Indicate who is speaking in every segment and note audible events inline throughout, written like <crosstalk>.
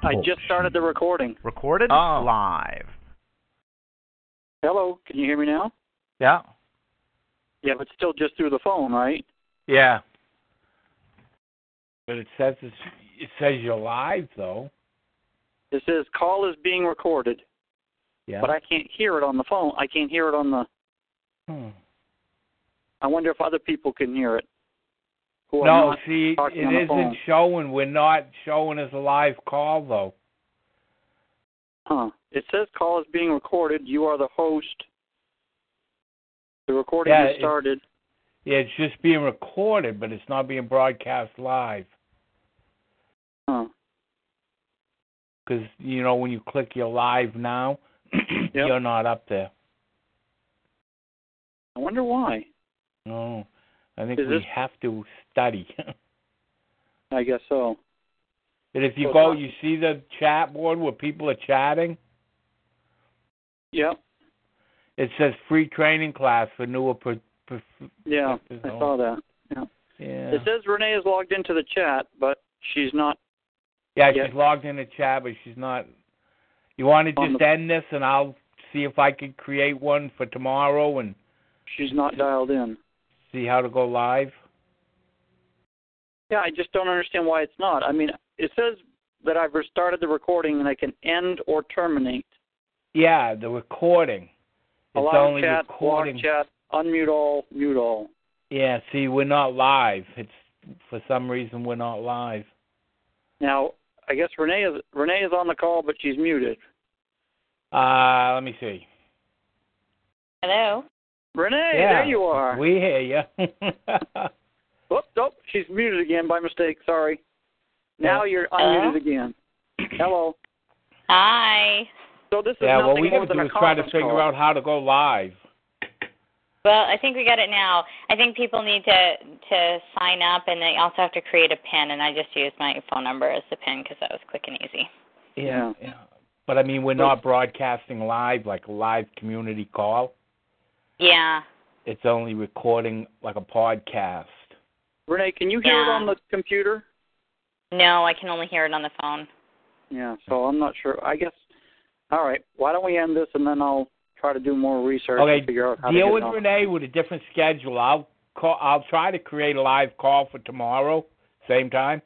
Speaker 1: I
Speaker 2: Oh.
Speaker 1: just started the recording.
Speaker 3: Recorded live.
Speaker 1: Hello, can you hear me now?
Speaker 3: Yeah.
Speaker 1: Yeah, but still just through the phone, right?
Speaker 3: Yeah.
Speaker 2: But it says it's, it says you're live though.
Speaker 1: It says call is being recorded,
Speaker 2: Yeah.
Speaker 1: but I can't hear it on the phone. I can't hear it on the.
Speaker 2: Hmm.
Speaker 1: I wonder if other people can hear it. Who are
Speaker 2: no,
Speaker 1: not
Speaker 2: see,
Speaker 1: talking on the
Speaker 2: it
Speaker 1: phone.
Speaker 2: isn't showing. We're not showing as a live call though.
Speaker 1: Huh. It says call is being recorded. You are the host. The recording
Speaker 2: Yeah,
Speaker 1: has
Speaker 2: it-
Speaker 1: started.
Speaker 2: Yeah, it's just being recorded, but it's not being broadcast live.
Speaker 1: Huh.
Speaker 2: Because you know when you click your live now, <clears throat> you're not up there.
Speaker 1: I wonder why.
Speaker 2: No, I think
Speaker 1: Is
Speaker 2: we
Speaker 1: this-
Speaker 2: have to study. <laughs>
Speaker 1: I guess so.
Speaker 2: and if
Speaker 1: So
Speaker 2: you go,
Speaker 1: it's not-
Speaker 2: you see the chat board where people are chatting.
Speaker 1: Yep.
Speaker 2: It says free training class for newer. Per- per-
Speaker 1: Yeah.
Speaker 2: Practice
Speaker 1: I
Speaker 2: on.
Speaker 1: saw that. Yeah.
Speaker 2: yeah.
Speaker 1: It says Renee is logged into the chat, but she's not.
Speaker 2: Yeah,
Speaker 1: Yeah.
Speaker 2: she's logged in the chat, but she's not. You want to
Speaker 1: On
Speaker 2: just
Speaker 1: the-
Speaker 2: end this, and I'll see if I can create one for tomorrow and
Speaker 1: She's not dialed in.
Speaker 2: see how to go live.
Speaker 1: Yeah, I just don't understand why it's not. I mean, it says that I've restarted the recording and I can end or terminate.
Speaker 2: Yeah, the recording. It's
Speaker 1: Allow
Speaker 2: only
Speaker 1: chat,
Speaker 2: recording.
Speaker 1: block chat, unmute all, mute all.
Speaker 2: Yeah, see, we're not live. It's for some reason we're not live.
Speaker 1: Now, I guess Renee is Renee is on the call, but she's muted.
Speaker 2: Uh, let me see.
Speaker 4: Hello.
Speaker 1: Renee,
Speaker 2: yeah,
Speaker 1: there you are.
Speaker 2: We hear <laughs> you.
Speaker 1: Whoop, nope, she's muted again by mistake. Sorry. Now you're
Speaker 2: Uh-huh.
Speaker 1: unmuted again. Hello.
Speaker 4: Hi.
Speaker 1: So this is
Speaker 2: yeah,
Speaker 1: nothing
Speaker 2: what we
Speaker 1: more
Speaker 2: gotta
Speaker 1: than
Speaker 2: do
Speaker 1: a
Speaker 2: is try to
Speaker 1: conference
Speaker 2: figure
Speaker 1: call.
Speaker 2: out how to go live.
Speaker 4: Well, I think we got it now. I think people need to to sign up, and they also have to create a pin. And I just used my phone number as the pin because that was quick and easy.
Speaker 1: Yeah.
Speaker 2: yeah. But I mean, we're not broadcasting live like a live community call.
Speaker 4: Yeah.
Speaker 2: it's only recording like a podcast.
Speaker 1: Renee, can you hear it
Speaker 4: Yeah.
Speaker 1: on the computer?
Speaker 4: No, I can only hear it on the phone.
Speaker 1: Yeah, so I'm not sure. I guess. All right. Why don't we end this and then I'll try to do more research
Speaker 2: Okay,
Speaker 1: and figure out how to
Speaker 2: deal
Speaker 1: get
Speaker 2: with
Speaker 1: it on.
Speaker 2: Renee with a different schedule. I'll call. I'll try to create a live call for tomorrow, same time.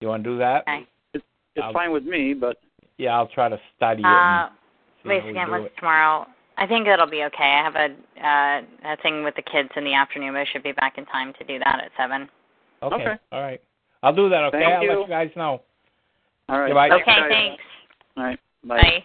Speaker 2: You want to do that?
Speaker 4: Okay.
Speaker 1: It's
Speaker 2: I'll-
Speaker 1: fine with me, but
Speaker 2: Yeah, I'll try to study
Speaker 4: Uh,
Speaker 2: it.
Speaker 4: wait
Speaker 2: and
Speaker 4: a
Speaker 2: see
Speaker 4: second.
Speaker 2: how we do
Speaker 4: What's
Speaker 2: it.
Speaker 4: tomorrow? I think it'll be okay. I have a uh, a thing with the kids in the afternoon, but I should be back in time to do that at seven.
Speaker 2: Okay.
Speaker 1: Okay.
Speaker 2: All right. I'll do that. Okay.
Speaker 1: Thank
Speaker 2: I'll
Speaker 1: you.
Speaker 2: let you guys know.
Speaker 1: all right.
Speaker 2: Goodbye.
Speaker 4: Okay.
Speaker 1: guys.
Speaker 4: Thanks.
Speaker 1: All right. Bye.
Speaker 4: Bye.